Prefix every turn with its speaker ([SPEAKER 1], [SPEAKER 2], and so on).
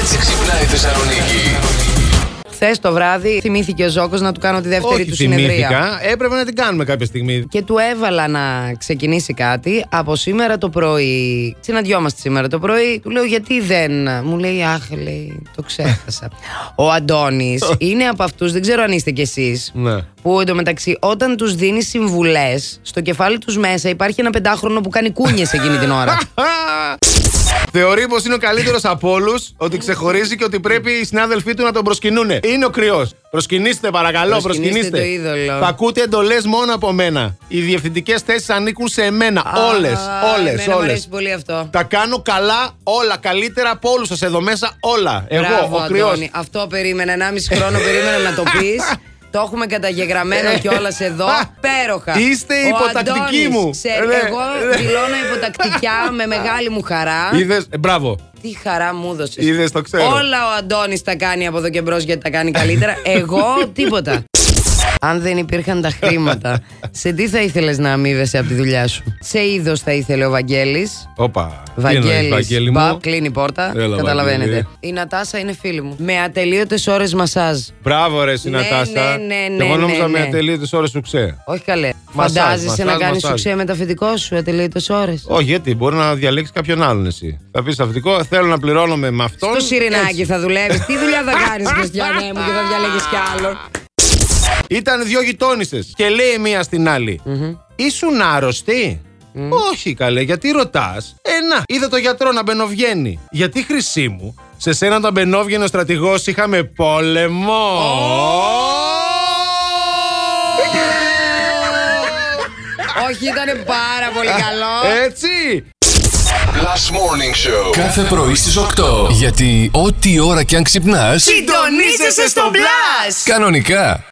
[SPEAKER 1] έτσι ξυπνάει η Θεσσαλονίκη.
[SPEAKER 2] Χθες το βράδυ θυμήθηκε ο Ζόκο να του κάνω τη δεύτερη
[SPEAKER 3] Όχι,
[SPEAKER 2] του συνεδρία.
[SPEAKER 3] θυμήθηκα. Έπρεπε να την κάνουμε κάποια στιγμή.
[SPEAKER 2] Και του έβαλα να ξεκινήσει κάτι από σήμερα το πρωί. Συναντιόμαστε σήμερα το πρωί. Του λέω γιατί δεν. Μου λέει Αχ, λέει, το ξέχασα. ο Αντώνης είναι από αυτούς, δεν ξέρω αν είστε κι εσείς.
[SPEAKER 3] Ναι.
[SPEAKER 2] Που εντωμεταξύ, όταν τους δίνεις συμβουλές, στο κεφάλι τους μέσα υπάρχει ένα πεντάχρονο που κάνει κούνιες εκείνη την ώρα.
[SPEAKER 3] Θεωρεί πως είναι ο καλύτερος από όλους, ότι ξεχωρίζει και ότι πρέπει οι συνάδελφοί του να τον προσκυνούνε. Είναι ο κρυός. Προσκυνήστε, παρακαλώ,
[SPEAKER 2] Προσκυνήστε
[SPEAKER 3] προσκυνήστε.
[SPEAKER 2] το είδωλο.
[SPEAKER 3] Θα ακούτε εντολές μόνο από μένα. Οι διευθυντικές θέσεις ανήκουν σε εμένα. Όλε,
[SPEAKER 2] Α, εμένα
[SPEAKER 3] όλε,
[SPEAKER 2] Μου
[SPEAKER 3] όλες.
[SPEAKER 2] αρέσει πολύ αυτό.
[SPEAKER 3] Τα κάνω καλά όλα. Καλύτερα από όλους σας εδώ μέσα όλα. Εγώ,
[SPEAKER 2] Μπράβο,
[SPEAKER 3] ο κρυός.
[SPEAKER 2] Αντώνη. Αυτό περίμενα. 1,5 χρόνο περίμενα να το πεις. Το έχουμε καταγεγραμμένο κιόλας εδώ. Πέροχα.
[SPEAKER 3] Ε. Είστε η
[SPEAKER 2] Ο
[SPEAKER 3] υποτακτική
[SPEAKER 2] Αντώνης,
[SPEAKER 3] μου.
[SPEAKER 2] ξέρει,
[SPEAKER 3] Ναι,
[SPEAKER 2] εγώ
[SPEAKER 3] ναι.
[SPEAKER 2] δηλώνω υποτακτικά με μεγάλη μου χαρά.
[SPEAKER 3] Είδες, μπράβο.
[SPEAKER 2] Τι χαρά μου έδωσες.
[SPEAKER 3] Είδες, το ξέρω.
[SPEAKER 2] Όλα ο Αντώνης τα κάνει από εδώ και μπρος γιατί τα κάνει καλύτερα. Εγώ τίποτα. Αν δεν υπήρχαν τα χρήματα, σε τι θα ήθελες να αμείβεσαι από τη δουλειά σου. Σε είδος θα ήθελε ο Βαγγέλης
[SPEAKER 3] Όπα. τι εννοείς, Βαγγέλης
[SPEAKER 2] Βαγγέλη.
[SPEAKER 3] μου.
[SPEAKER 2] Παπ, κλείνει η πόρτα.
[SPEAKER 3] Έλα,
[SPEAKER 2] καταλαβαίνετε.
[SPEAKER 3] Βαγγέλη.
[SPEAKER 2] Η Νατάσα είναι φίλη μου. Με ατελείωτες ώρες μασάζ.
[SPEAKER 3] Μπράβο, ρε, Συνατάσα.
[SPEAKER 2] ναι, ναι,
[SPEAKER 3] Εγώ
[SPEAKER 2] ναι,
[SPEAKER 3] νόμιζα
[SPEAKER 2] ναι,
[SPEAKER 3] με
[SPEAKER 2] ναι.
[SPEAKER 3] ατελείωτες ώρες σου ξέ.
[SPEAKER 2] Όχι καλέ.
[SPEAKER 3] Μασάζ,
[SPEAKER 2] Φαντάζεσαι
[SPEAKER 3] μασάζ,
[SPEAKER 2] να κάνεις
[SPEAKER 3] μασάζ.
[SPEAKER 2] οξέα με τα φοιτικό σου ατελείωτες ώρες.
[SPEAKER 3] Όχι, γιατί μπορεί να διαλέξεις κάποιον άλλον εσύ. Θα πεις αυτικό, θέλω να πληρώνομαι με αυτόν.
[SPEAKER 2] Στο σιρινάκι
[SPEAKER 3] έτσι.
[SPEAKER 2] θα δουλεύεις. Τι δουλειά θα κάνεις, Χριστιανέ μου, και θα διαλέγεις κι άλλον.
[SPEAKER 3] Ήταν δύο γειτόνισε και λέει η μία στην αλλη Ήσουν άρρωστη. Όχι, καλέ, γιατί ρωτάς. Ε, να, είδα το γιατρό να μπαινοβγαίνει. Γιατί χρυσή μου, σε σένα όταν μπαινόβγαινε ο στρατηγός είχαμε πόλεμο.
[SPEAKER 2] Όχι, ήταν πάρα πολύ
[SPEAKER 3] Ε,
[SPEAKER 2] καλό.
[SPEAKER 3] Έτσι!
[SPEAKER 1] Last Morning Show.
[SPEAKER 4] Κάθε πρωί στις 8. Γιατί ό,τι ώρα κι αν ξυπνάς,
[SPEAKER 2] Συντονίζεσαι στο μπλα!
[SPEAKER 4] κανονικά.